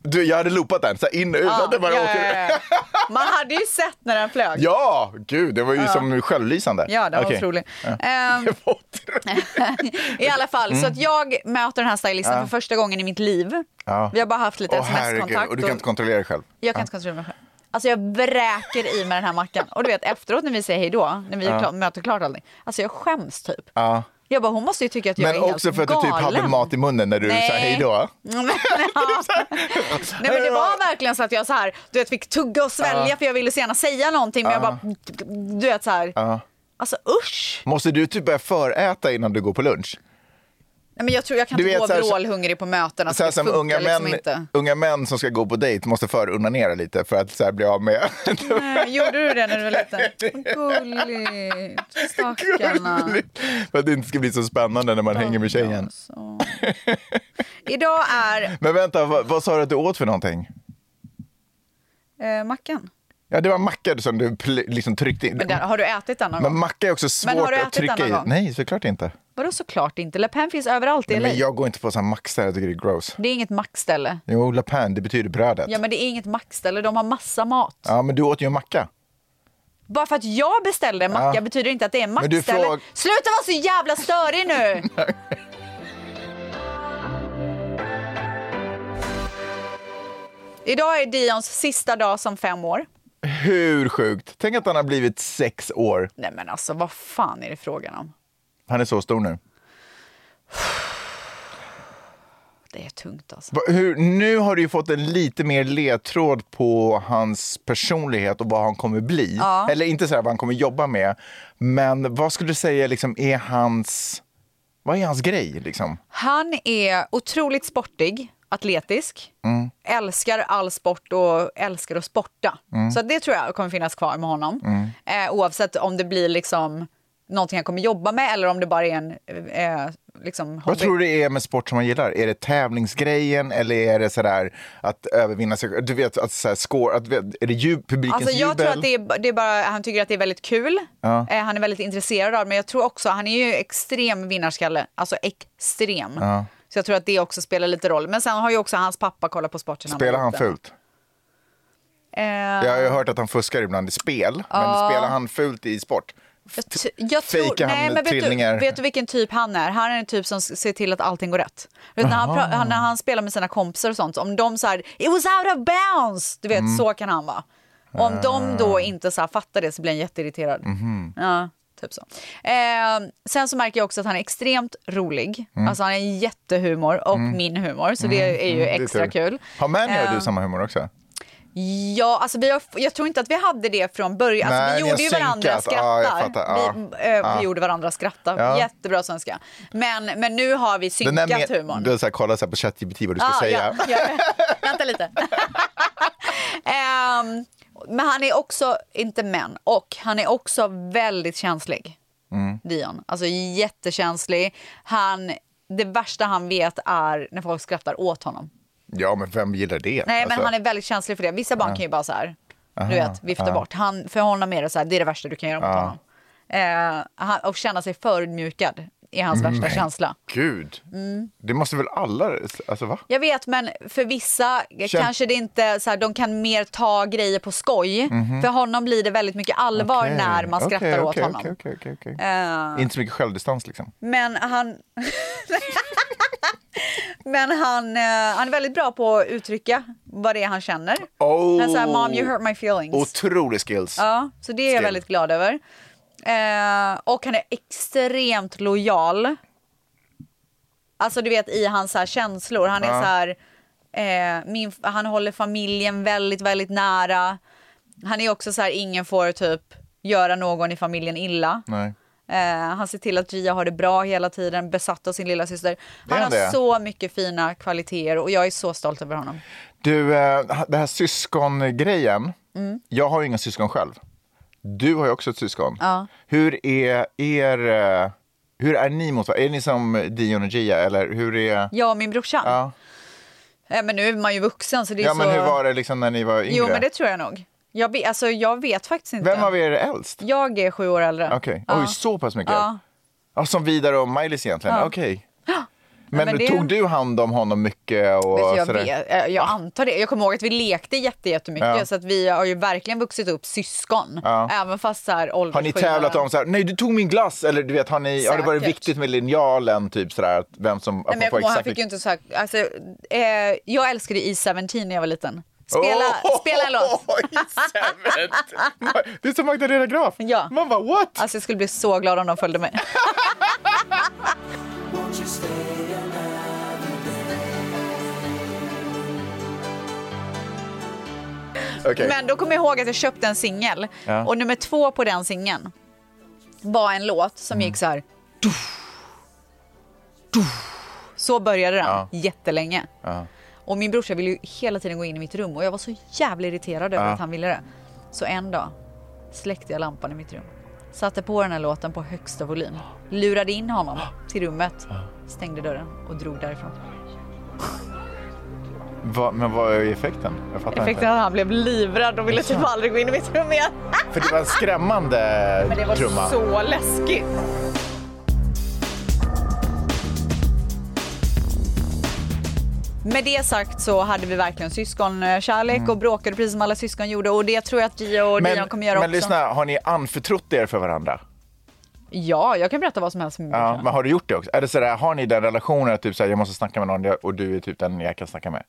Speaker 1: Du, jag hade loopat den så här in och ut.
Speaker 2: Ja,
Speaker 1: att det bara
Speaker 2: ja,
Speaker 1: åker.
Speaker 2: ja, ja. Man hade ju sett när den flög.
Speaker 1: Ja, gud, det var ju som självlysande.
Speaker 2: Ja, den var
Speaker 1: Okej. *laughs*
Speaker 2: otrolig.
Speaker 1: Ja.
Speaker 2: Ehm,
Speaker 1: Det var otroligt.
Speaker 2: *laughs* I alla fall, så
Speaker 1: Mm.
Speaker 2: att jag möter den här stylisten för första gången i mitt liv.
Speaker 1: Ja.
Speaker 2: Vi har bara haft lite
Speaker 1: Åh, herregud,
Speaker 2: sms-kontakt.
Speaker 1: och du kan inte kontrollera dig själv.
Speaker 2: Jag kan inte kontrollera mig själv. Alltså jag vräker i mig den här mackan. Och du vet efteråt när vi säger hej då, när vi ja. möter klart allting. Alltså jag skäms typ.
Speaker 1: Ja.
Speaker 2: Jag bara, hon måste ju tycka att jag
Speaker 1: Men
Speaker 2: är
Speaker 1: också
Speaker 2: helt
Speaker 1: för att du typ
Speaker 2: galen.
Speaker 1: hade
Speaker 2: *laughs*
Speaker 1: mat i munnen när du sa
Speaker 2: Nej.
Speaker 1: hej då.
Speaker 2: Nej men det var verkligen så att jag så här, du vet fick tugga och svälja för jag ville så gärna säga någonting men jag bara, du vet så här. Alltså usch!
Speaker 1: Måste du typ börja föräta innan du går på lunch?
Speaker 2: Nej, men jag tror jag kan
Speaker 1: Du
Speaker 2: inte
Speaker 1: vet,
Speaker 2: gå
Speaker 1: så här-
Speaker 2: vrålhungrig på möten. Alltså,
Speaker 1: så här
Speaker 2: det
Speaker 1: som
Speaker 2: funkar
Speaker 1: unga
Speaker 2: liksom
Speaker 1: män,
Speaker 2: inte.
Speaker 1: unga män som ska gå på dejt måste förundanera lite för att så här bli av med... *laughs*
Speaker 2: Nej, Gjorde du det när du var liten? Gulligt. Stackarna.
Speaker 1: för att det inte ska bli så spännande när man hänger med tjejen.
Speaker 2: Så. Alltså. Idag är
Speaker 1: Men vänta, vad, vad sa du att du åt för någonting?
Speaker 2: eh, mackan.
Speaker 1: Ja, det var macka som du pl- liksom tryckte in.
Speaker 2: Men den, har du ätit den någon
Speaker 1: Men
Speaker 2: gång?
Speaker 1: macka är också
Speaker 2: Men har
Speaker 1: svårt
Speaker 2: du
Speaker 1: att
Speaker 2: ätit den
Speaker 1: trycka i.
Speaker 2: någon gång?
Speaker 1: Nej, såklart inte.
Speaker 2: Vadå såklart inte? Le Pen finns överallt i
Speaker 1: Nej,
Speaker 2: LA.
Speaker 1: men jag går inte på sådana mackställen, jag tycker det är gross.
Speaker 2: Det är inget mackställe.
Speaker 1: Jo, La Pan, det betyder brödet.
Speaker 2: Ja men det är inget mackställe, de har massa mat.
Speaker 1: Ja, men du åt ju en macka.
Speaker 2: Bara för att jag beställde en macka
Speaker 1: Ja.
Speaker 2: betyder inte att det är en
Speaker 1: Men du
Speaker 2: mackställe.
Speaker 1: fråg-
Speaker 2: Sluta vara så jävla störig nu!
Speaker 1: *laughs*
Speaker 2: Idag är Dions sista dag som fem år.
Speaker 1: Hur sjukt? Tänk att han har blivit sex år.
Speaker 2: Nej men alltså vad fan är det frågan om?
Speaker 1: Han är så stor nu.
Speaker 2: Det är tungt alltså.
Speaker 1: Va- Hur, nu har du ju fått en lite mer ledtråd på hans personlighet och vad han kommer bli. Eller inte så här vad han kommer jobba med. Men vad skulle du säga liksom, är hans... Vad är hans grej? Liksom?
Speaker 2: Han är otroligt sportig. atletisk,
Speaker 1: Mm.
Speaker 2: älskar all sport och älskar att sporta.
Speaker 1: Mm.
Speaker 2: Så det tror jag kommer finnas kvar med honom. Eh, oavsett om det blir liksom någonting han kommer jobba med eller om det bara är en eh, liksom hobby.
Speaker 1: Vad tror du det är med sport som man gillar? Är det tävlingsgrejen eller är det sådär att övervinna sig? Du vet, att såhär, score, att, du vet, är det ljud, publikens
Speaker 2: Alltså jag
Speaker 1: jubel?
Speaker 2: tror att det är, det är bara, han tycker att det är väldigt kul. Eh, han är väldigt intresserad av det, men jag tror också, han är ju extrem vinnarskalle. Alltså extrem. Så jag tror att det också spelar lite roll. Men sen har ju också hans pappa kollat på sporten.
Speaker 1: Spelar han
Speaker 2: var liten.
Speaker 1: fult?
Speaker 2: Eh,
Speaker 1: Jag har ju hört att han fuskar ibland i spel, men spelar han fult i sport?
Speaker 2: jag t- jag
Speaker 1: Fejkar
Speaker 2: tror,
Speaker 1: han
Speaker 2: nej, men vet,
Speaker 1: trillningar?
Speaker 2: du, vet du vilken typ han är? Han är en typ som s- ser till att allting går rätt. Du Vet, när, han pra- han, när han spelar med sina kompisar och sånt, om de så här, it was out of bounds, du vet,
Speaker 1: Mm.
Speaker 2: så kan han vara. Om
Speaker 1: Ah.
Speaker 2: de då inte så här fattar det så blir han jätteirriterad.
Speaker 1: Mhm.
Speaker 2: Ja, typ så. Eh, sen så märker jag också att han är extremt rolig.
Speaker 1: Mm.
Speaker 2: Alltså han är jättehumor och min humor, så det är ju
Speaker 1: Det är
Speaker 2: extra kul.
Speaker 1: Har Mani och
Speaker 2: Eh,
Speaker 1: du samma humor också?
Speaker 2: Ja, alltså vi har, jag tror inte att vi hade det från början.
Speaker 1: Nej,
Speaker 2: Alltså,
Speaker 1: ni
Speaker 2: vi
Speaker 1: har
Speaker 2: gjorde ju varandra
Speaker 1: synkat. Ja, jag
Speaker 2: skrattar.
Speaker 1: fattar. Ja.
Speaker 2: Vi, eh,
Speaker 1: Ja.
Speaker 2: vi gjorde varandra skratta.
Speaker 1: Ja.
Speaker 2: Jättebra svenska. Men, men nu har vi
Speaker 1: Den
Speaker 2: synkat
Speaker 1: där med-
Speaker 2: humorn.
Speaker 1: Du har såhär, kollat såhär på ChatGPT vad du ska
Speaker 2: Ah,
Speaker 1: säga.
Speaker 2: *laughs* Ja, ja. Vänta lite. *laughs* Ehm, men han är också, inte män, och han är också väldigt känslig.
Speaker 1: Mm.
Speaker 2: Dion. Alltså jättekänslig. Han, det värsta han vet är när folk skrattar åt honom.
Speaker 1: Ja, men vem gillar det?
Speaker 2: Nej,
Speaker 1: Alltså,
Speaker 2: men han är väldigt känslig för det. Vissa barn kan ju bara så här, du vet, vifta bort. Han, för honom är det så här, det är det värsta du kan göra mot honom. Eh, han, och känna sig förödmjukad är hans
Speaker 1: Mm,
Speaker 2: värsta känsla.
Speaker 1: Gud,
Speaker 2: Mm.
Speaker 1: det måste väl alla... Alltså va?
Speaker 2: Jag vet, men för vissa
Speaker 1: Kän-
Speaker 2: kanske det inte så här, de kan mer ta grejer på skoj. För honom blir det väldigt mycket allvar
Speaker 1: Mhm. Okej.
Speaker 2: när man
Speaker 1: Okej,
Speaker 2: skrattar åt
Speaker 1: okej,
Speaker 2: honom.
Speaker 1: okej, okej, okej, okej.
Speaker 2: Eh,
Speaker 1: Inte så mycket självdistans liksom.
Speaker 2: Men han... *laughs* Men han, eh, han är väldigt bra på att uttrycka vad det är han känner.
Speaker 1: Oh.
Speaker 2: Han säger “Mom, you hurt my feelings”.
Speaker 1: Otrolig skills.
Speaker 2: Ja, så det är jag
Speaker 1: Skill.
Speaker 2: väldigt glad över. Eh, och han är extremt lojal. Alltså du vet i hans så här känslor. Han är så här, eh, min, han håller familjen väldigt, väldigt nära. Han är också så här, ingen får typ göra någon i familjen illa.
Speaker 1: Nej.
Speaker 2: Eh, han ser till att Gia har det bra hela tiden, besatt av sin lilla syster. Han
Speaker 1: han
Speaker 2: har
Speaker 1: det?
Speaker 2: så mycket fina kvaliteter och jag är så stolt över honom.
Speaker 1: Du, eh, det här syskongrejen.
Speaker 2: Mm.
Speaker 1: Jag har ju inga syskon själv. Du har ju också ett syskon.
Speaker 2: Ja.
Speaker 1: Hur är er... eh, Hur är ni mot varandra? Är ni som Dion och Gia eller hur är...
Speaker 2: Jag och min brorsa.
Speaker 1: Ja,
Speaker 2: Eh, men nu är man ju vuxen så det är
Speaker 1: ja
Speaker 2: så...
Speaker 1: men hur var det liksom när ni var yngre?
Speaker 2: Jo, men det tror jag nog. Jag, be, alltså, jag vet faktiskt inte.
Speaker 1: Vem av er är äldst?
Speaker 2: Jag är sju år äldre.
Speaker 1: Okej,
Speaker 2: Ja.
Speaker 1: oj så pass mycket?
Speaker 2: Ja.
Speaker 1: Ja, som Vidar och Miley egentligen,
Speaker 2: Ja.
Speaker 1: okej.
Speaker 2: Ja,
Speaker 1: Men,
Speaker 2: men det-
Speaker 1: tog du hand om honom mycket? Och
Speaker 2: Vet du, jag,
Speaker 1: sådär?
Speaker 2: vet, eh, jag antar det. Jag kommer ihåg att vi lekte jätte, jättemycket
Speaker 1: Ah. Ja.
Speaker 2: så att vi har ju verkligen vuxit upp syskon.
Speaker 1: Ja.
Speaker 2: Även fast så här
Speaker 1: Har ni
Speaker 2: åldersskillnaden-
Speaker 1: tävlat om så här, nej du tog min glass eller du vet, har, ni, har det varit
Speaker 2: Säkert.
Speaker 1: viktigt med linjalen typ sådär, att vem som
Speaker 2: Nej, men
Speaker 1: får
Speaker 2: jag kommer ihåg, han
Speaker 1: exakt
Speaker 2: fick ju
Speaker 1: vilken-
Speaker 2: inte så här, alltså, eh, jag älskade E17 när jag var liten. Spela,
Speaker 1: Åh,
Speaker 2: spela
Speaker 1: *laughs*
Speaker 2: en låt. *laughs*
Speaker 1: sämret. Det är som Magdalena Graaf.
Speaker 2: Ja.
Speaker 1: Man bara what?
Speaker 2: Alltså jag skulle bli så glad om de följde mig.
Speaker 1: Okej.
Speaker 2: Men då kommer jag ihåg att jag köpte en singel
Speaker 1: Ja.
Speaker 2: och nummer två på den singeln var en låt som
Speaker 1: Mm.
Speaker 2: gick så här. "Duff, duff." Så började den
Speaker 1: Ja.
Speaker 2: jättelänge.
Speaker 1: Ja.
Speaker 2: Och min brorsa ville ju hela tiden gå in i mitt rum och jag var så jävla irriterad över
Speaker 1: Ja.
Speaker 2: att han ville det. Så en dag släckte jag lampan i mitt rum. Satte på den här låten på högsta volym. Lurade in honom till rummet. Stängde dörren och drog därifrån.
Speaker 1: Va, men vad är effekten? Jag fattar
Speaker 2: Effekten att han blev livrädd och ville typ aldrig gå in i mitt rum igen.
Speaker 1: inte. För det var en skrämmande
Speaker 2: Men det var
Speaker 1: trumma.
Speaker 2: så läskigt. Med det sagt så hade vi verkligen syskonkärlek och bråkade precis som alla syskon gjorde och det tror jag att Gio och Dion
Speaker 1: Mm. Men,
Speaker 2: kommer göra
Speaker 1: men
Speaker 2: också.
Speaker 1: lyssna, har ni anförtrott er för varandra?
Speaker 2: Ja, jag kan berätta vad som helst med min
Speaker 1: Ja,
Speaker 2: brorsa.
Speaker 1: men har du gjort det också? Är det sådär, har ni den relationen att typ såhär, jag måste snacka med någon och du är typ den jag kan snacka med?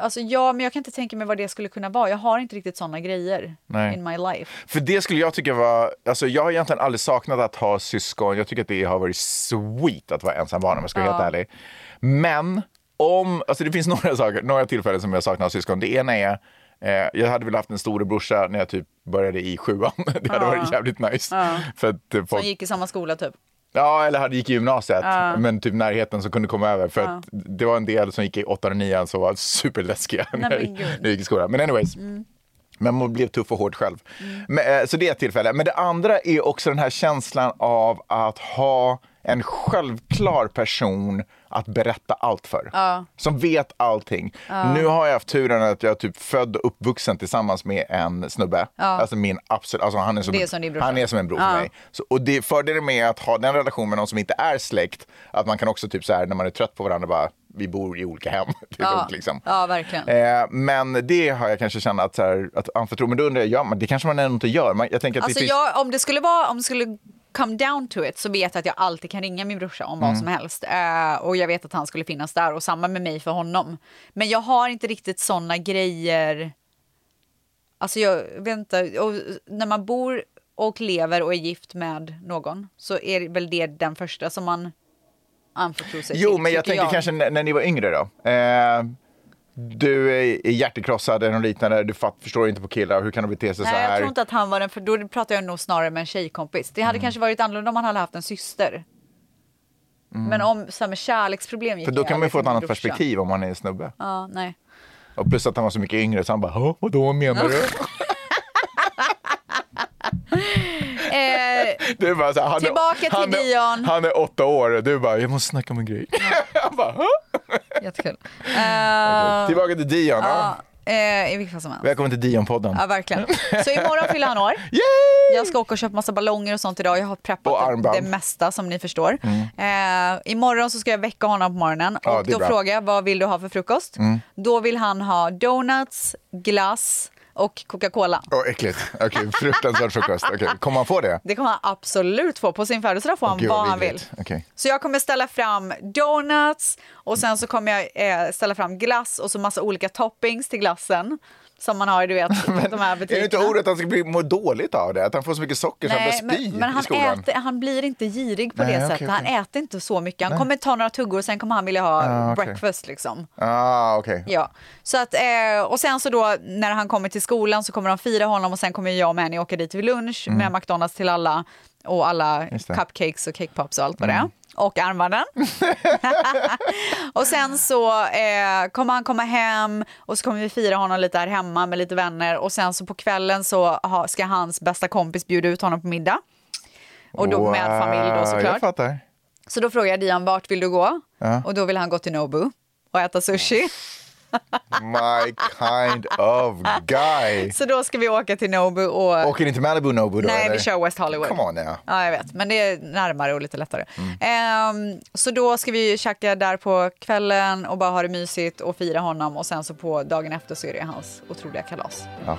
Speaker 2: Alltså ja, men jag kan inte tänka mig vad det skulle kunna vara. Jag har inte riktigt sådana grejer
Speaker 1: Nej.
Speaker 2: in my life.
Speaker 1: För det skulle jag tycka var, alltså jag har egentligen aldrig saknat att ha syskon. Jag tycker att det har varit sweet att vara ensam barn om jag ska vara helt ärlig. Men om, alltså det finns *laughs* några saker, några tillfällen som jag saknar syskon. Det ena är, eh, jag hade väl haft en storebrorsa *laughs* när jag typ började i sjuan. Det hade varit jävligt nice. För att eh, folk,
Speaker 2: Som gick i samma skola typ.
Speaker 1: Ja, eller hade gick i gymnasiet, men typ närheten som kunde komma över. För att det var en del som gick i åttan och nian som var superläskiga *laughs* när
Speaker 2: men
Speaker 1: jag-
Speaker 2: gud. Mm.
Speaker 1: när jag gick i skolan. Men anyways. Men man blev tuff och hård själv. Men, eh, så det är ett tillfälle. Men det andra är också den här känslan av att ha en självklar person att berätta allt för. Som vet allting. Nu har jag haft turen att jag är typ född och uppvuxen tillsammans med en snubbe. Alltså min absolut, alltså han är som,
Speaker 2: Det är som din brorsa.
Speaker 1: han är som en bror för mig. Så, och det fördelen med att ha den relationen med någon som inte är släkt, att man kan också typ så här när man är trött på varandra bara, vi bor i olika hem. *laughs* Det är lugnt, liksom.
Speaker 2: Ja, verkligen.
Speaker 1: Eh, men det har jag kanske känt att, så här, att anförtro. Men då undrar jag, ja, men det kanske man ändå inte gör. Man, jag tänker att
Speaker 2: Alltså
Speaker 1: det finns...
Speaker 2: jag, om det skulle vara, om det skulle come down to it så vet jag att jag alltid kan ringa min brorsa om
Speaker 1: Mm.
Speaker 2: vad som helst. Eh, och jag vet att han skulle finnas där och samma med mig för honom. Men jag har inte riktigt sådana grejer. Alltså jag väntar, och när man bor och lever och är gift med någon så är det väl det den första som man anförtror sig
Speaker 1: Jo,
Speaker 2: till,
Speaker 1: men jag
Speaker 2: tycker
Speaker 1: tänker kanske när, när ni var yngre då. Eh, du är är hjärtekrossad eller något liknande, du fatt, förstår inte på killar, hur kan du bete sig så
Speaker 2: Nej,
Speaker 1: här?
Speaker 2: jag tror inte att han var den, för då pratar jag nog snarare med en tjejkompis. Det hade
Speaker 1: Mm.
Speaker 2: kanske varit annorlunda om han hade haft en syster. Men om så här med kärleksproblem gick
Speaker 1: Mm. För då
Speaker 2: jag
Speaker 1: kan man ju
Speaker 2: över
Speaker 1: få ett
Speaker 2: till min
Speaker 1: annat
Speaker 2: brorsa.
Speaker 1: perspektiv om man är en snubbe.
Speaker 2: Ja, nej.
Speaker 1: Och plus att han var så mycket yngre så han bara, "Hå, vadå menar du?
Speaker 2: Eh,
Speaker 1: du är bara så här, han
Speaker 2: Tillbaka
Speaker 1: är,
Speaker 2: till
Speaker 1: han
Speaker 2: Dion.
Speaker 1: Är, han är åtta år och du bara, jag måste snacka om en grej. han bara, "Hå?"
Speaker 2: jättekul.
Speaker 1: *laughs*
Speaker 2: Eh,
Speaker 1: Tillbaka till Dion. Ja.
Speaker 2: ja, eh, I vilket fall som helst.
Speaker 1: Välkommen till Dion-podden.
Speaker 2: Ja, verkligen. Så imorgon fyller
Speaker 1: *laughs*
Speaker 2: han år.
Speaker 1: Yay!
Speaker 2: Jag ska åka och köpa massa ballonger och sånt idag. Jag har
Speaker 1: Och
Speaker 2: preppat
Speaker 1: armband. Mm.
Speaker 2: det mesta som ni förstår. Eh, imorgon så ska jag väcka honom på morgonen
Speaker 1: Ja,
Speaker 2: och
Speaker 1: det är
Speaker 2: då
Speaker 1: bra. Mm.
Speaker 2: frågar jag vad vill du ha för frukost? Då vill han ha donuts, glass och Coca-Cola.
Speaker 1: Åh, äckligt.
Speaker 2: *laughs*
Speaker 1: Okej, fruktansvärd frukost. Okej, Kommer man få det?
Speaker 2: Det kommer han absolut få. På sin födelsedag får han
Speaker 1: Gud,
Speaker 2: vad han vill.
Speaker 1: vidrigt. Okej.
Speaker 2: Så jag kommer ställa fram donuts och sen så kommer jag eh, ställa fram glass och så massa olika toppings till glassen. Som man har i du vet,
Speaker 1: *laughs*
Speaker 2: de här
Speaker 1: Är det
Speaker 2: butikerna.
Speaker 1: inte ordet att han ska bli, må dåligt av det? Att han får så mycket socker så han börjar spy
Speaker 2: men, men han,
Speaker 1: i skolan?
Speaker 2: äter, han blir inte girig på
Speaker 1: Nej,
Speaker 2: det
Speaker 1: okej,
Speaker 2: sättet. Han
Speaker 1: okej.
Speaker 2: äter inte så mycket. Han kommer ta några tuggor och sen kommer han vilja ha
Speaker 1: Ah, okej.
Speaker 2: breakfast. Liksom.
Speaker 1: Ah, okej.
Speaker 2: Ja. Så att, eh, och sen så då när han kommer till skolan så kommer de fira honom och sen kommer jag och Manny åka dit till lunch med McDonalds till alla och alla
Speaker 1: Mm. Just det. Mm.
Speaker 2: cupcakes och cake pops och allt vad det är. Och armbanden.
Speaker 1: *laughs*
Speaker 2: och sen så eh, kommer han komma hem och så kommer vi fira honom lite här hemma med lite vänner och sen så på kvällen så ha, ska hans bästa kompis bjuda ut honom på middag. Och då med familj då
Speaker 1: Wow, Jag
Speaker 2: såklart.
Speaker 1: fattar.
Speaker 2: Så då frågar jag Dion vart vill du gå? Och då vill han gå till Nobu och äta sushi.
Speaker 1: My kind of
Speaker 2: *laughs*
Speaker 1: guy.
Speaker 2: Så då ska vi åka till Nobu och...
Speaker 1: Åker ni till Malibu Nobu då?
Speaker 2: Nej,
Speaker 1: eller?
Speaker 2: vi kör West Hollywood.
Speaker 1: Come on Mm. now.
Speaker 2: Ja, jag vet. Men det är närmare och lite lättare. Ehm, så då ska vi käka där på kvällen och bara ha det mysigt och fira honom. Och sen så på dagen efter så är det hans otroliga kalas.
Speaker 1: Ja.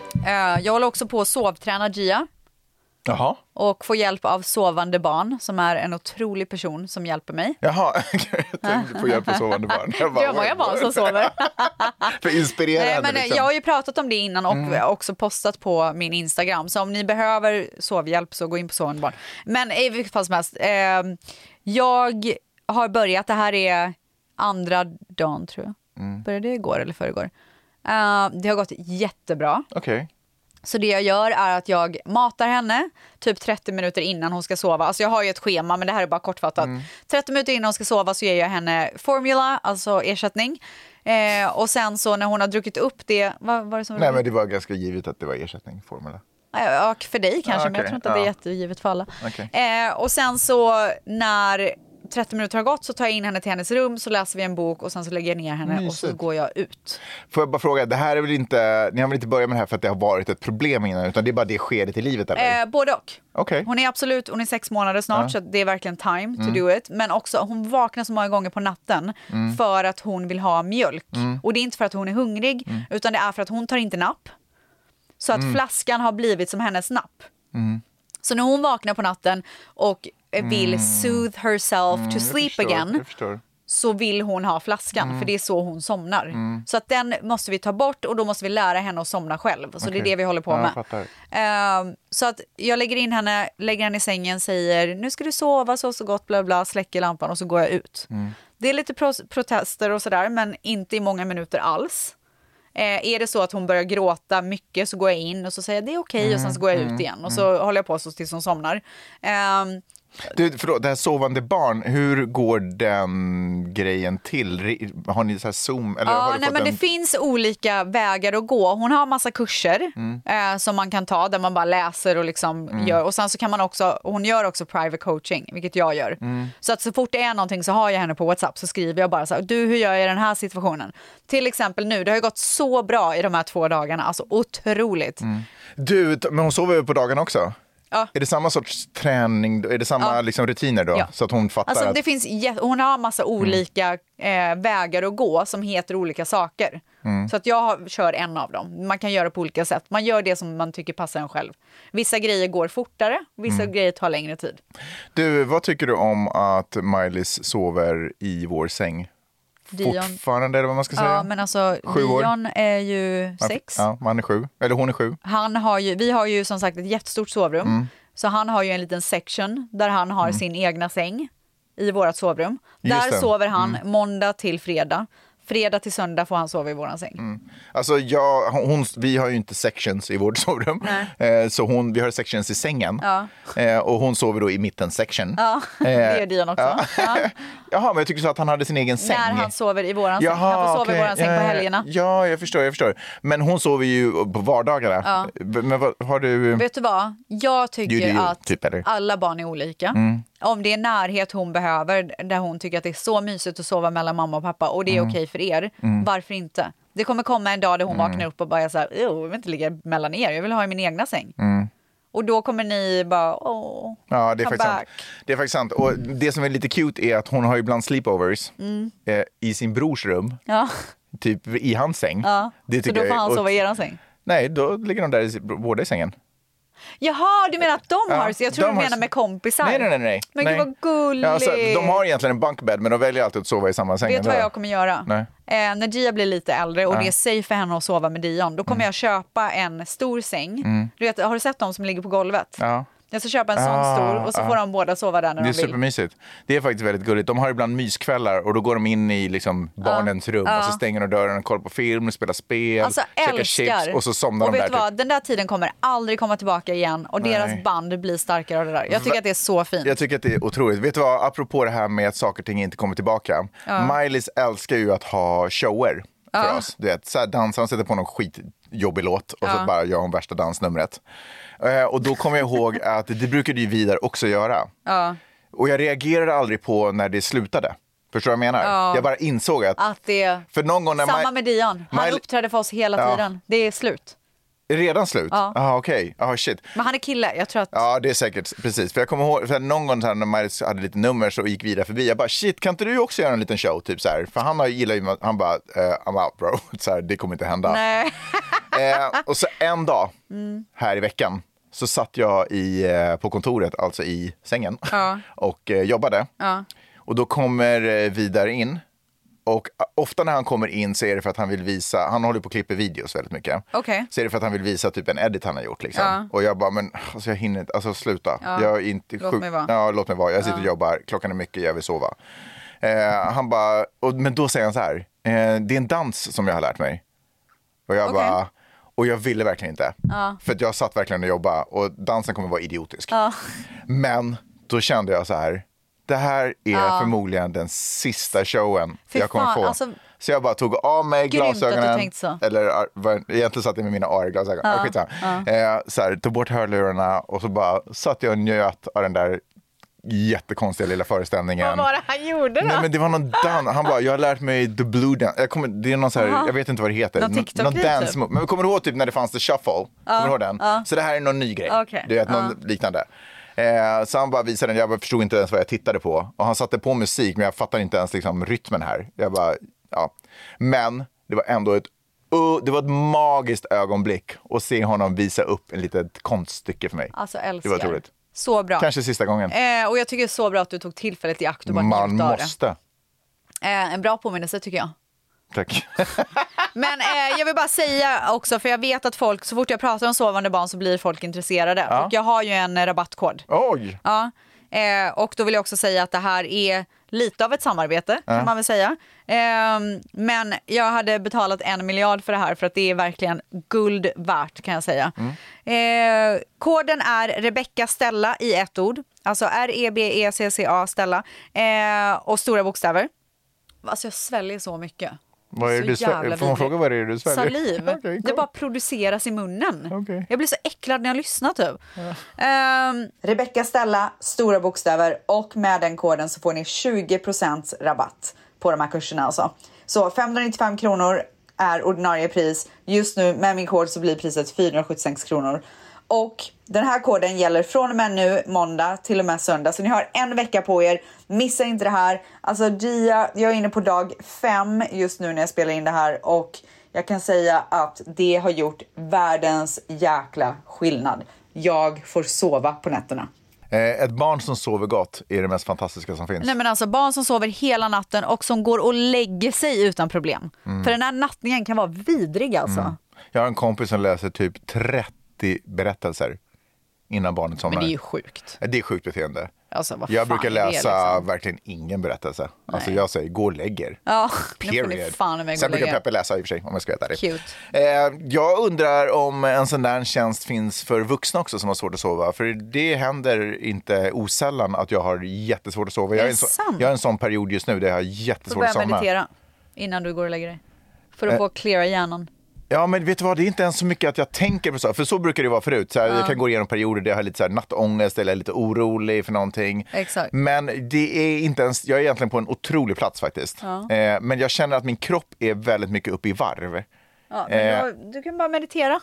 Speaker 2: Ehm, jag håller också på att sovträna Gia
Speaker 1: Jaha.
Speaker 2: och få hjälp av Sovande barn som är en otrolig person som hjälper mig.
Speaker 1: Jaha, *laughs* jag tänkte på hjälp med sovande barn. Jag
Speaker 2: Det var många barn
Speaker 1: *laughs*
Speaker 2: som sover.
Speaker 1: För inspirerande.
Speaker 2: Nej, men eh,
Speaker 1: liksom.
Speaker 2: Jag har ju pratat om det innan och också postat på min Instagram. Så om ni behöver sovhjälp så gå in på Sovande barn. Men i vilket fall som helst. Eh, jag har börjat, det här är andra dagen tror jag. Började det igår eller förrgår? Eh, det har gått jättebra.
Speaker 1: Okej.
Speaker 2: Så det jag gör är att jag matar henne typ 30 minuter innan hon ska sova. Alltså jag har ju ett schema men det här är bara kortfattat.
Speaker 1: Mm.
Speaker 2: 30 minuter innan hon ska sova så ger jag henne formula, alltså ersättning. Eh, och sen så när hon har druckit upp det, vad var det som
Speaker 1: Nej, men det var ganska givet att det var ersättning, formula.
Speaker 2: Ja, Ja, för dig kanske,
Speaker 1: Ja,
Speaker 2: men jag
Speaker 1: okej.
Speaker 2: tror inte att det är
Speaker 1: Ja.
Speaker 2: jättegivet för alla.
Speaker 1: Okej.
Speaker 2: Eh, och sen så när 30 minuter har gått så tar jag in henne till hennes rum, så läser vi en bok och sen så lägger jag ner henne och så
Speaker 1: Mysigt.
Speaker 2: går jag ut.
Speaker 1: Får jag bara fråga, det här är väl inte, ni har väl inte börjat med det här för att det har varit ett problem innan, utan det är bara det skedet i livet? Eller?
Speaker 2: Eh, både och.
Speaker 1: Okej. Mm.
Speaker 2: Hon är absolut, hon är sex månader snart så att det är verkligen time to do it. Men också hon vaknar så många gånger på natten
Speaker 1: Mm.
Speaker 2: för att
Speaker 1: Mm.
Speaker 2: hon vill ha mjölk. Och det är inte för att hon är hungrig utan det är för att hon tar inte napp. Så att flaskan har blivit som hennes napp.
Speaker 1: Mm.
Speaker 2: Så när hon vaknar på natten och eh, vill soothe herself to
Speaker 1: Mm, jag
Speaker 2: sleep
Speaker 1: förstår,
Speaker 2: again
Speaker 1: Jag förstår.
Speaker 2: så vill hon ha flaskan
Speaker 1: Mm.
Speaker 2: för det är så hon somnar. Så att den måste vi ta bort och då måste vi lära henne att somna själv. Så det är
Speaker 1: Okej.
Speaker 2: det vi håller på
Speaker 1: Ja, jag
Speaker 2: med.
Speaker 1: fattar.
Speaker 2: Ehm, så att jag lägger in henne, lägger henne i sängen, säger nu ska du sova så så gott, bla bla, släcker lampan och så går jag ut.
Speaker 1: Mm.
Speaker 2: Det är lite pro- protester och sådär men inte i många minuter alls. Eh, är det så att hon börjar gråta mycket så går jag in och så säger jag det är okej och
Speaker 1: Mm,
Speaker 2: sen så går jag ut igen och så håller jag på så tills hon somnar. Ehm,
Speaker 1: Du, förlåt, det här sovande barn, hur går den grejen till? Re- Har ni så här Zoom? Eller har
Speaker 2: Ja,
Speaker 1: du
Speaker 2: nej,
Speaker 1: fått
Speaker 2: men
Speaker 1: en...
Speaker 2: det finns olika vägar att gå. Hon har massa kurser
Speaker 1: Mm.
Speaker 2: eh, som man kan ta där man bara läser och liksom gör. Och sen så kan man också, och hon gör också private coaching, vilket jag gör.
Speaker 1: Mm.
Speaker 2: Så att så fort det är någonting så har jag henne på WhatsApp så skriver jag bara så här, du hur gör jag i den här situationen? Till exempel nu, det har ju gått så bra i de här två dagarna, alltså otroligt.
Speaker 1: Mm. Du, t- men hon sover ju på dagarna också?
Speaker 2: Ja.
Speaker 1: Är det samma sorts träning, då? är det samma liksom, rutiner då?
Speaker 2: Ja.
Speaker 1: Så att hon fattar
Speaker 2: Alltså,
Speaker 1: att... Mm.
Speaker 2: det finns, jä- hon har massa olika eh, vägar att gå som heter olika saker.
Speaker 1: Mm.
Speaker 2: Så att jag har, kör en av dem. Man kan göra på olika sätt. Man gör det som man tycker passar en själv. Vissa grejer går fortare, vissa
Speaker 1: Mm.
Speaker 2: grejer tar längre tid.
Speaker 1: Du, vad tycker du om att Miley's sover i vår säng?
Speaker 2: Dion-
Speaker 1: Fortfarande, eller vad man ska säga?
Speaker 2: Ja, men alltså
Speaker 1: Sju år.
Speaker 2: Dion är ju sex.
Speaker 1: Ja, man är sju. Eller hon är sju.
Speaker 2: Han har ju, vi har ju som sagt ett jättestort sovrum.
Speaker 1: Mm.
Speaker 2: Så han har ju en liten section där han har sin egna säng i vårt sovrum.
Speaker 1: Just
Speaker 2: Där
Speaker 1: det. Mm.
Speaker 2: sover han måndag till fredag. Fredag till söndag får han sova i våran säng.
Speaker 1: Alltså jag, hon, vi har ju inte sections i vårt *laughs* sovrum. Eh, så hon, vi har sections i sängen. Eh, och hon sover då i mitten section.
Speaker 2: Ja, *laughs* det gör
Speaker 1: Eh,
Speaker 2: Dion också.
Speaker 1: ja.
Speaker 2: Ja.
Speaker 1: *laughs* Jaha, men jag tyckte du sa att han hade sin egen säng.
Speaker 2: När han sover i våran säng. Han får sova i
Speaker 1: okej. Eh,
Speaker 2: våran säng på
Speaker 1: Ja,
Speaker 2: helgerna.
Speaker 1: Ja, jag förstår, jag förstår. Men hon sover ju på vardagarna. Men vad, har du...
Speaker 2: Vet du vad? Jag tycker
Speaker 1: Jo, det är ju
Speaker 2: att
Speaker 1: typ, eller? Mm.
Speaker 2: alla barn är olika. Om det är närhet hon behöver, där hon tycker att det är så mysigt att sova mellan mamma och pappa och det är
Speaker 1: Mm.
Speaker 2: okej för er, varför inte? Det kommer komma en dag där hon vaknar upp och bara är så här, "Jo, jag vill inte ligga mellan er, jag vill ha i min egna säng. Och då kommer ni bara, åh,
Speaker 1: Mm. Ja, det är,
Speaker 2: come
Speaker 1: faktiskt sant.
Speaker 2: back."
Speaker 1: det är faktiskt sant. Och det som är lite cute är att hon har ibland sleepovers
Speaker 2: Mm.
Speaker 1: eh, i sin brors rum,
Speaker 2: Ja, *laughs*
Speaker 1: typ i hans säng.
Speaker 2: ja.
Speaker 1: Det
Speaker 2: Så
Speaker 1: tycker
Speaker 2: då får
Speaker 1: jag är-
Speaker 2: han
Speaker 1: och-
Speaker 2: sova i eran säng.
Speaker 1: Nej, då ligger de där i, båda i sängen.
Speaker 2: Jaha, du menar att de
Speaker 1: Ja,
Speaker 2: har Jag tror
Speaker 1: de
Speaker 2: du
Speaker 1: har-
Speaker 2: menar med kompisar.
Speaker 1: Nej, nej, nej. nej.
Speaker 2: Men
Speaker 1: nej.
Speaker 2: gud vad gulligt.
Speaker 1: Ja, alltså, de har egentligen en bunkbed, men de väljer alltid att sova i samma säng.
Speaker 2: Vet du vad
Speaker 1: ändå.
Speaker 2: jag kommer göra?
Speaker 1: Nej.
Speaker 2: Eh, när Gia blir lite äldre och det är safe för henne att sova med Dion, då kommer
Speaker 1: Mm.
Speaker 2: jag köpa en stor säng. Du vet, har du sett de som ligger på golvet?
Speaker 1: Ja.
Speaker 2: Jag ska köpa en sån
Speaker 1: Ah,
Speaker 2: stor och så
Speaker 1: ah.
Speaker 2: får de båda sova där när
Speaker 1: Det
Speaker 2: de
Speaker 1: är
Speaker 2: vill.
Speaker 1: supermysigt. Det är faktiskt väldigt gulligt. De har ibland myskvällar och då går de in i liksom barnens rum och så stänger de dörren, kollar på film, spelar spel,
Speaker 2: Alltså
Speaker 1: käkar
Speaker 2: älskar.
Speaker 1: chips och så somnar
Speaker 2: och
Speaker 1: de
Speaker 2: vet
Speaker 1: där. typ
Speaker 2: du vad? Den där tiden kommer aldrig komma tillbaka igen och deras
Speaker 1: Nej.
Speaker 2: band blir starkare av det där. Jag tycker
Speaker 1: Va-
Speaker 2: att det är så fint.
Speaker 1: Jag tycker att det är otroligt. Vet du vad, apropå det här med att saker och ting inte kommer tillbaka. Miley's älskar ju att ha shower för oss. Du vet, så här dansar hon, sätter på någon skitjobbig låt och så bara gör hon värsta dansnumret. Eh, och då kommer jag
Speaker 2: *laughs*
Speaker 1: ihåg att det brukade ju vi där också göra. Och jag reagerade aldrig på när det slutade. Förstår du vad jag menar? Jag bara insåg att,
Speaker 2: Att det är
Speaker 1: för någon gång när
Speaker 2: samma
Speaker 1: Maj-
Speaker 2: med Dion. Han
Speaker 1: Miley-
Speaker 2: uppträder för oss hela
Speaker 1: Ja.
Speaker 2: tiden. Det är slut.
Speaker 1: Är det redan slut?
Speaker 2: Ja.
Speaker 1: Aha, okej. Aha, shit.
Speaker 2: Men han är kille. Jag tror att...
Speaker 1: Ja, det är säkert. Precis. För jag kommer ihåg för att någon gång så här, när Marius hade lite nummer så gick vi där förbi. Jag bara, shit, kan inte du också göra en liten show? Typ så här. För han har ju- gillar ju, han bara, eh, I'm out bro. *laughs* Så här, det kommer inte hända.
Speaker 2: Nej.
Speaker 1: Eh, och så en dag här i veckan så satt jag i, eh, på kontoret, alltså i sängen, och eh, jobbade. Och då kommer eh, Vidar in. Och eh, ofta när han kommer in så är det för att han vill visa, han håller på och klipper videos väldigt mycket.
Speaker 2: Okej.
Speaker 1: Så är det för att han vill visa typ en edit han har gjort. Liksom. Och jag bara, men alltså, jag hinner inte, alltså sluta. Jag är inte
Speaker 2: Låt
Speaker 1: sjuk-
Speaker 2: mig vara.
Speaker 1: Ja, låt mig vara. Jag sitter och jobbar, klockan är mycket, jag vill sova. Eh, han bara, och, men då säger han så här, eh, det är en dans som jag har lärt mig. Och jag
Speaker 2: Okej.
Speaker 1: bara, och jag ville verkligen inte. För att jag satt verkligen och jobbade och dansen kommer vara idiotisk. Men då kände jag så här, det här är förmodligen den sista showen
Speaker 2: Fy
Speaker 1: jag kommer
Speaker 2: fan,
Speaker 1: få.
Speaker 2: alltså-
Speaker 1: så jag bara tog av mig
Speaker 2: Grymt att du
Speaker 1: glasögonen.
Speaker 2: tänkt så.
Speaker 1: Eller ar- var- egentligen satt jag med mina AR-glasögon. Ja. skitsamma. Eh, så här, tog bort hörlurarna och så bara satt jag och njöt av den där jättekonstiga lilla föreställningen.
Speaker 2: Vad var det han gjorde då?
Speaker 1: Nej, men det var någon dans. Han bara, jag har lärt mig the blue dance. Jag, kommer, det är någon så här, jag vet inte vad det heter.
Speaker 2: Någon
Speaker 1: Nå-
Speaker 2: TikTok-grej,
Speaker 1: någon dance
Speaker 2: typ.
Speaker 1: move. Men kommer du ihåg typ när det fanns the shuffle? Kommer du ihåg den? Så det här är någon ny grej.
Speaker 2: Okej.
Speaker 1: Du vet, någon liknande. Eh, så han bara visade den, jag bara förstod inte ens vad jag tittade på. Och han satte på musik, men jag fattar inte ens liksom, rytmen här. Jag bara, ja. Men det var ändå ett uh, det var ett magiskt ögonblick att se honom visa upp en litet konststycke för mig.
Speaker 2: *laughs* Alltså
Speaker 1: det
Speaker 2: älskar.
Speaker 1: var otroligt.
Speaker 2: Så bra.
Speaker 1: Kanske sista gången.
Speaker 2: Eh, och jag tycker det är så bra att du tog tillfället i akt och bara
Speaker 1: Man
Speaker 2: njöt av det.
Speaker 1: måste.
Speaker 2: Eh, en bra påminnelse tycker jag.
Speaker 1: Tack. *laughs*
Speaker 2: Men eh, jag vill bara säga också, för jag vet att folk, så fort jag pratar om sovande barn så blir folk intresserade.
Speaker 1: Ja.
Speaker 2: Och jag har ju en eh, rabattkod.
Speaker 1: Oj!
Speaker 2: Ja. Eh, och då vill jag också säga att det här är lite av ett samarbete kan man väl säga. Ehm, men jag hade betalat en miljard för det här för att det är verkligen guld värt kan jag säga.
Speaker 1: Mm.
Speaker 2: Eh, koden är Rebecca Stella i ett ord, alltså R-E-B-E-C-C-A Stella eh, och stora bokstäver. Alltså jag sväljer så mycket.
Speaker 1: Vad är
Speaker 2: Så
Speaker 1: det du sväljer?
Speaker 2: jävla
Speaker 1: Får man
Speaker 2: vidrigt.
Speaker 1: fråga vad det är du sväljer?
Speaker 2: Saliv.
Speaker 1: *laughs* Okej, cool.
Speaker 2: Det bara produceras i munnen.
Speaker 1: Okej.
Speaker 2: Jag blir så äcklad när jag lyssnar typ. Ehm, Rebecca Stella, stora bokstäver och med den koden så får ni 20% rabatt på de här kurserna alltså. Så 595 kronor är ordinarie pris. Just nu med min kod så blir priset 476 kronor. Och den här koden gäller från och med nu måndag till och med söndag. Så ni har en vecka på er. Missa inte det här. Alltså Gia, jag är inne på dag fem just nu när jag spelar in det här och jag kan säga att det har gjort världens jäkla skillnad. Jag får sova på nätterna.
Speaker 1: Eh, ett barn som sover gott är det mest fantastiska som finns.
Speaker 2: Nej men alltså barn som sover hela natten och som går och lägger sig utan problem.
Speaker 1: Mm.
Speaker 2: För den här nattningen kan vara vidrig alltså.
Speaker 1: Jag har en kompis som läser typ 30 berättelser innan barnet somnar. Eh,
Speaker 2: Men det är ju sjukt.
Speaker 1: Det är sjukt beteende.
Speaker 2: Alltså, vad
Speaker 1: jag
Speaker 2: fan
Speaker 1: brukar
Speaker 2: är det,
Speaker 1: läsa
Speaker 2: liksom?
Speaker 1: verkligen ingen berättelse. Alltså jag säger gå och lägg er.
Speaker 2: Ja, nu får ni
Speaker 1: Period.
Speaker 2: fan i mig gå
Speaker 1: Sen
Speaker 2: och lägga
Speaker 1: brukar
Speaker 2: er.
Speaker 1: Peppe läsa i och för sig om jag ska vara ärlig.
Speaker 2: Cute.
Speaker 1: Eh, jag undrar om en sån där tjänst finns för vuxna också som har svårt att sova. För det händer inte osällan att jag har jättesvårt att sova. Jag
Speaker 2: Är
Speaker 1: en
Speaker 2: det
Speaker 1: så-
Speaker 2: sant?
Speaker 1: jag har en sån period just nu där jag har
Speaker 2: Så
Speaker 1: jättesvårt att
Speaker 2: börja
Speaker 1: somna.
Speaker 2: meditera innan du går och lägger dig. För att få cleara hjärnan.
Speaker 1: Ja, men vet du vad? Det är inte ens så mycket att jag tänker på så. För så brukar det vara förut. Så här, Jag kan gå igenom perioder där jag har lite så här nattångest eller är lite orolig för någonting.
Speaker 2: Exakt.
Speaker 1: Men det är inte ens, jag är egentligen på en otrolig plats faktiskt. Eh, men jag känner att min kropp är väldigt mycket uppe i varv.
Speaker 2: Ja, men
Speaker 1: Eh.
Speaker 2: då, du kan bara meditera.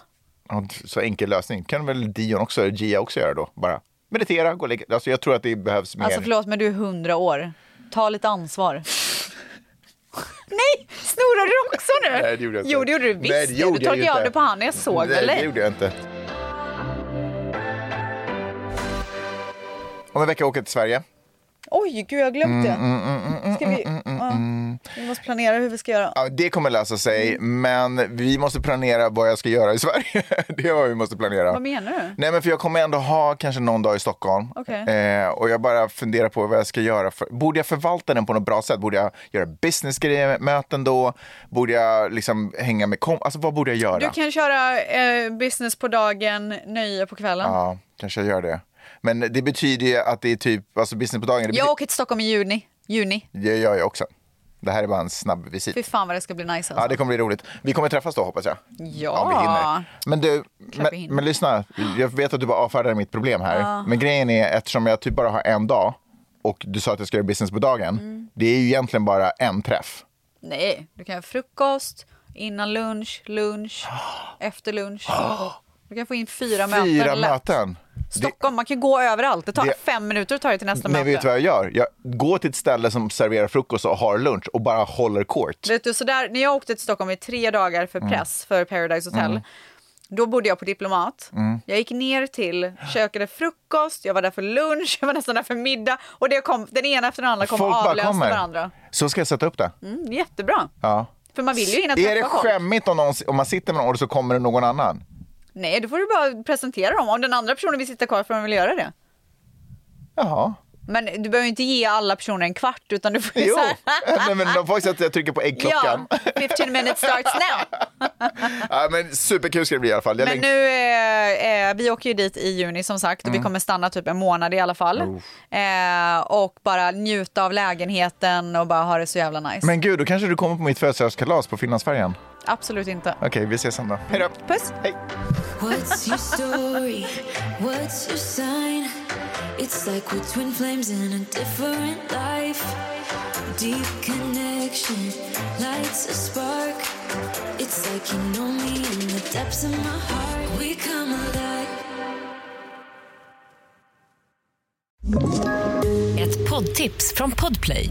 Speaker 1: Ja, Så enkel lösning. Kan väl Dion också, Gia också göra då? Bara meditera, gå och lägga Alltså jag tror att det behövs mer.
Speaker 2: Alltså förlåt men du är hundra år. Ta
Speaker 1: *laughs*
Speaker 2: lite ansvar. Nej, snorar du också nu?
Speaker 1: Nej, det gjorde jag inte.
Speaker 2: Jo, det gjorde du visst.
Speaker 1: Nej, det gjorde
Speaker 2: du
Speaker 1: jag
Speaker 2: torkade
Speaker 1: ju
Speaker 2: av
Speaker 1: inte.
Speaker 2: det på handen, jag såg
Speaker 1: Nej,
Speaker 2: eller?
Speaker 1: det gjorde jag inte. Om en vecka åker jag till Sverige.
Speaker 2: Oj, gud jag har glömt det.
Speaker 1: Mm,
Speaker 2: Ska vi... ja. Vi måste planera hur vi ska göra.
Speaker 1: Ja, det kommer lösa sig,
Speaker 2: Mm.
Speaker 1: men vi måste planera vad jag ska göra i Sverige. *laughs* det är vad vi måste planera.
Speaker 2: Vad menar du?
Speaker 1: Nej, men för jag kommer ändå ha kanske någon dag i Stockholm.
Speaker 2: Okej.
Speaker 1: Eh, och jag bara funderar på vad jag ska göra. För, borde jag förvalta den på något bra sätt? Borde jag göra businessmöten då? Borde jag liksom hänga med kom Alltså vad borde jag göra?
Speaker 2: Du kan köra eh, business på dagen, nöje på kvällen.
Speaker 1: Ja, kanske jag gör det. Men det betyder ju att det är typ, alltså business på dagen. Det,
Speaker 2: Jag
Speaker 1: betyder...
Speaker 2: åker till Stockholm i juni. juni.
Speaker 1: det gör jag också. Det här är bara en snabb visit.
Speaker 2: Fy fan vad det ska bli nice
Speaker 1: Ja,
Speaker 2: alltså.
Speaker 1: det kommer bli roligt. Vi kommer träffas då hoppas jag.
Speaker 2: Ja.
Speaker 1: Om vi hinner. Men du,
Speaker 2: vi
Speaker 1: men,
Speaker 2: hinner.
Speaker 1: men lyssna. Jag vet att du bara avfärdar mitt problem här. Men grejen är, eftersom jag typ bara har en dag och du sa att jag ska göra business på dagen.
Speaker 2: Mm.
Speaker 1: Det är ju egentligen bara en träff.
Speaker 2: Nej, du kan göra frukost, innan lunch, lunch, efter lunch. Du kan få in fyra,
Speaker 1: Fyra
Speaker 2: lätt.
Speaker 1: möten. Det,
Speaker 2: Stockholm, man kan gå överallt. Det tar
Speaker 1: det-
Speaker 2: fem minuter att ta dig till nästa
Speaker 1: men
Speaker 2: möte.
Speaker 1: vet du vad jag gör? Jag går till ett ställe som serverar frukost och har lunch och bara håller court.
Speaker 2: Vet du, så där, när jag åkte till Stockholm i tre dagar för
Speaker 1: Mm.
Speaker 2: press för Paradise Hotel, då bodde jag på Diplomat.
Speaker 1: Mm.
Speaker 2: Jag gick ner till, kökade frukost, jag var där för lunch, *laughs* jag var nästan där för middag. Och det kom, den ena efter den andra kom och avlöste varandra.
Speaker 1: Så ska jag sätta upp det.
Speaker 2: Mm, jättebra.
Speaker 1: Ja.
Speaker 2: För man vill ju hinna
Speaker 1: Är
Speaker 2: träffa
Speaker 1: det
Speaker 2: folk.
Speaker 1: skämmigt om, någon, om man sitter med någon och så kommer det någon annan?
Speaker 2: Nej, då får du bara presentera dem. Om den andra personen vill sitta kvar får de väl göra det.
Speaker 1: Jaha.
Speaker 2: Men du behöver ju inte ge alla personer en kvart utan du får ju
Speaker 1: Jo,
Speaker 2: så här...
Speaker 1: *laughs* Nej, men de får ju att jag trycker på äggklockan.
Speaker 2: Ja, 15 minutes
Speaker 1: *laughs*
Speaker 2: starts now.
Speaker 1: Ja, men superkul ska det bli i alla fall. Jag
Speaker 2: Men
Speaker 1: längtar-
Speaker 2: nu, eh, eh, vi åker ju dit i juni som sagt och vi kommer stanna typ en månad i alla fall. Eh, och bara njuta av lägenheten och bara ha det så jävla nice.
Speaker 1: Men gud, då kanske du kommer på mitt födelsedagskalas på Finlandsfärjan.
Speaker 2: Absolut inte.
Speaker 1: Okej, vi ses sen då. Hej då!
Speaker 2: Puss!
Speaker 1: Hej!
Speaker 3: What's your story? What's your sign? It's like we're twin flames in a different life. Deep connection lights a spark. It's like you know me in the depths of my heart. We come alive.
Speaker 4: Ett poddtips från Podplay.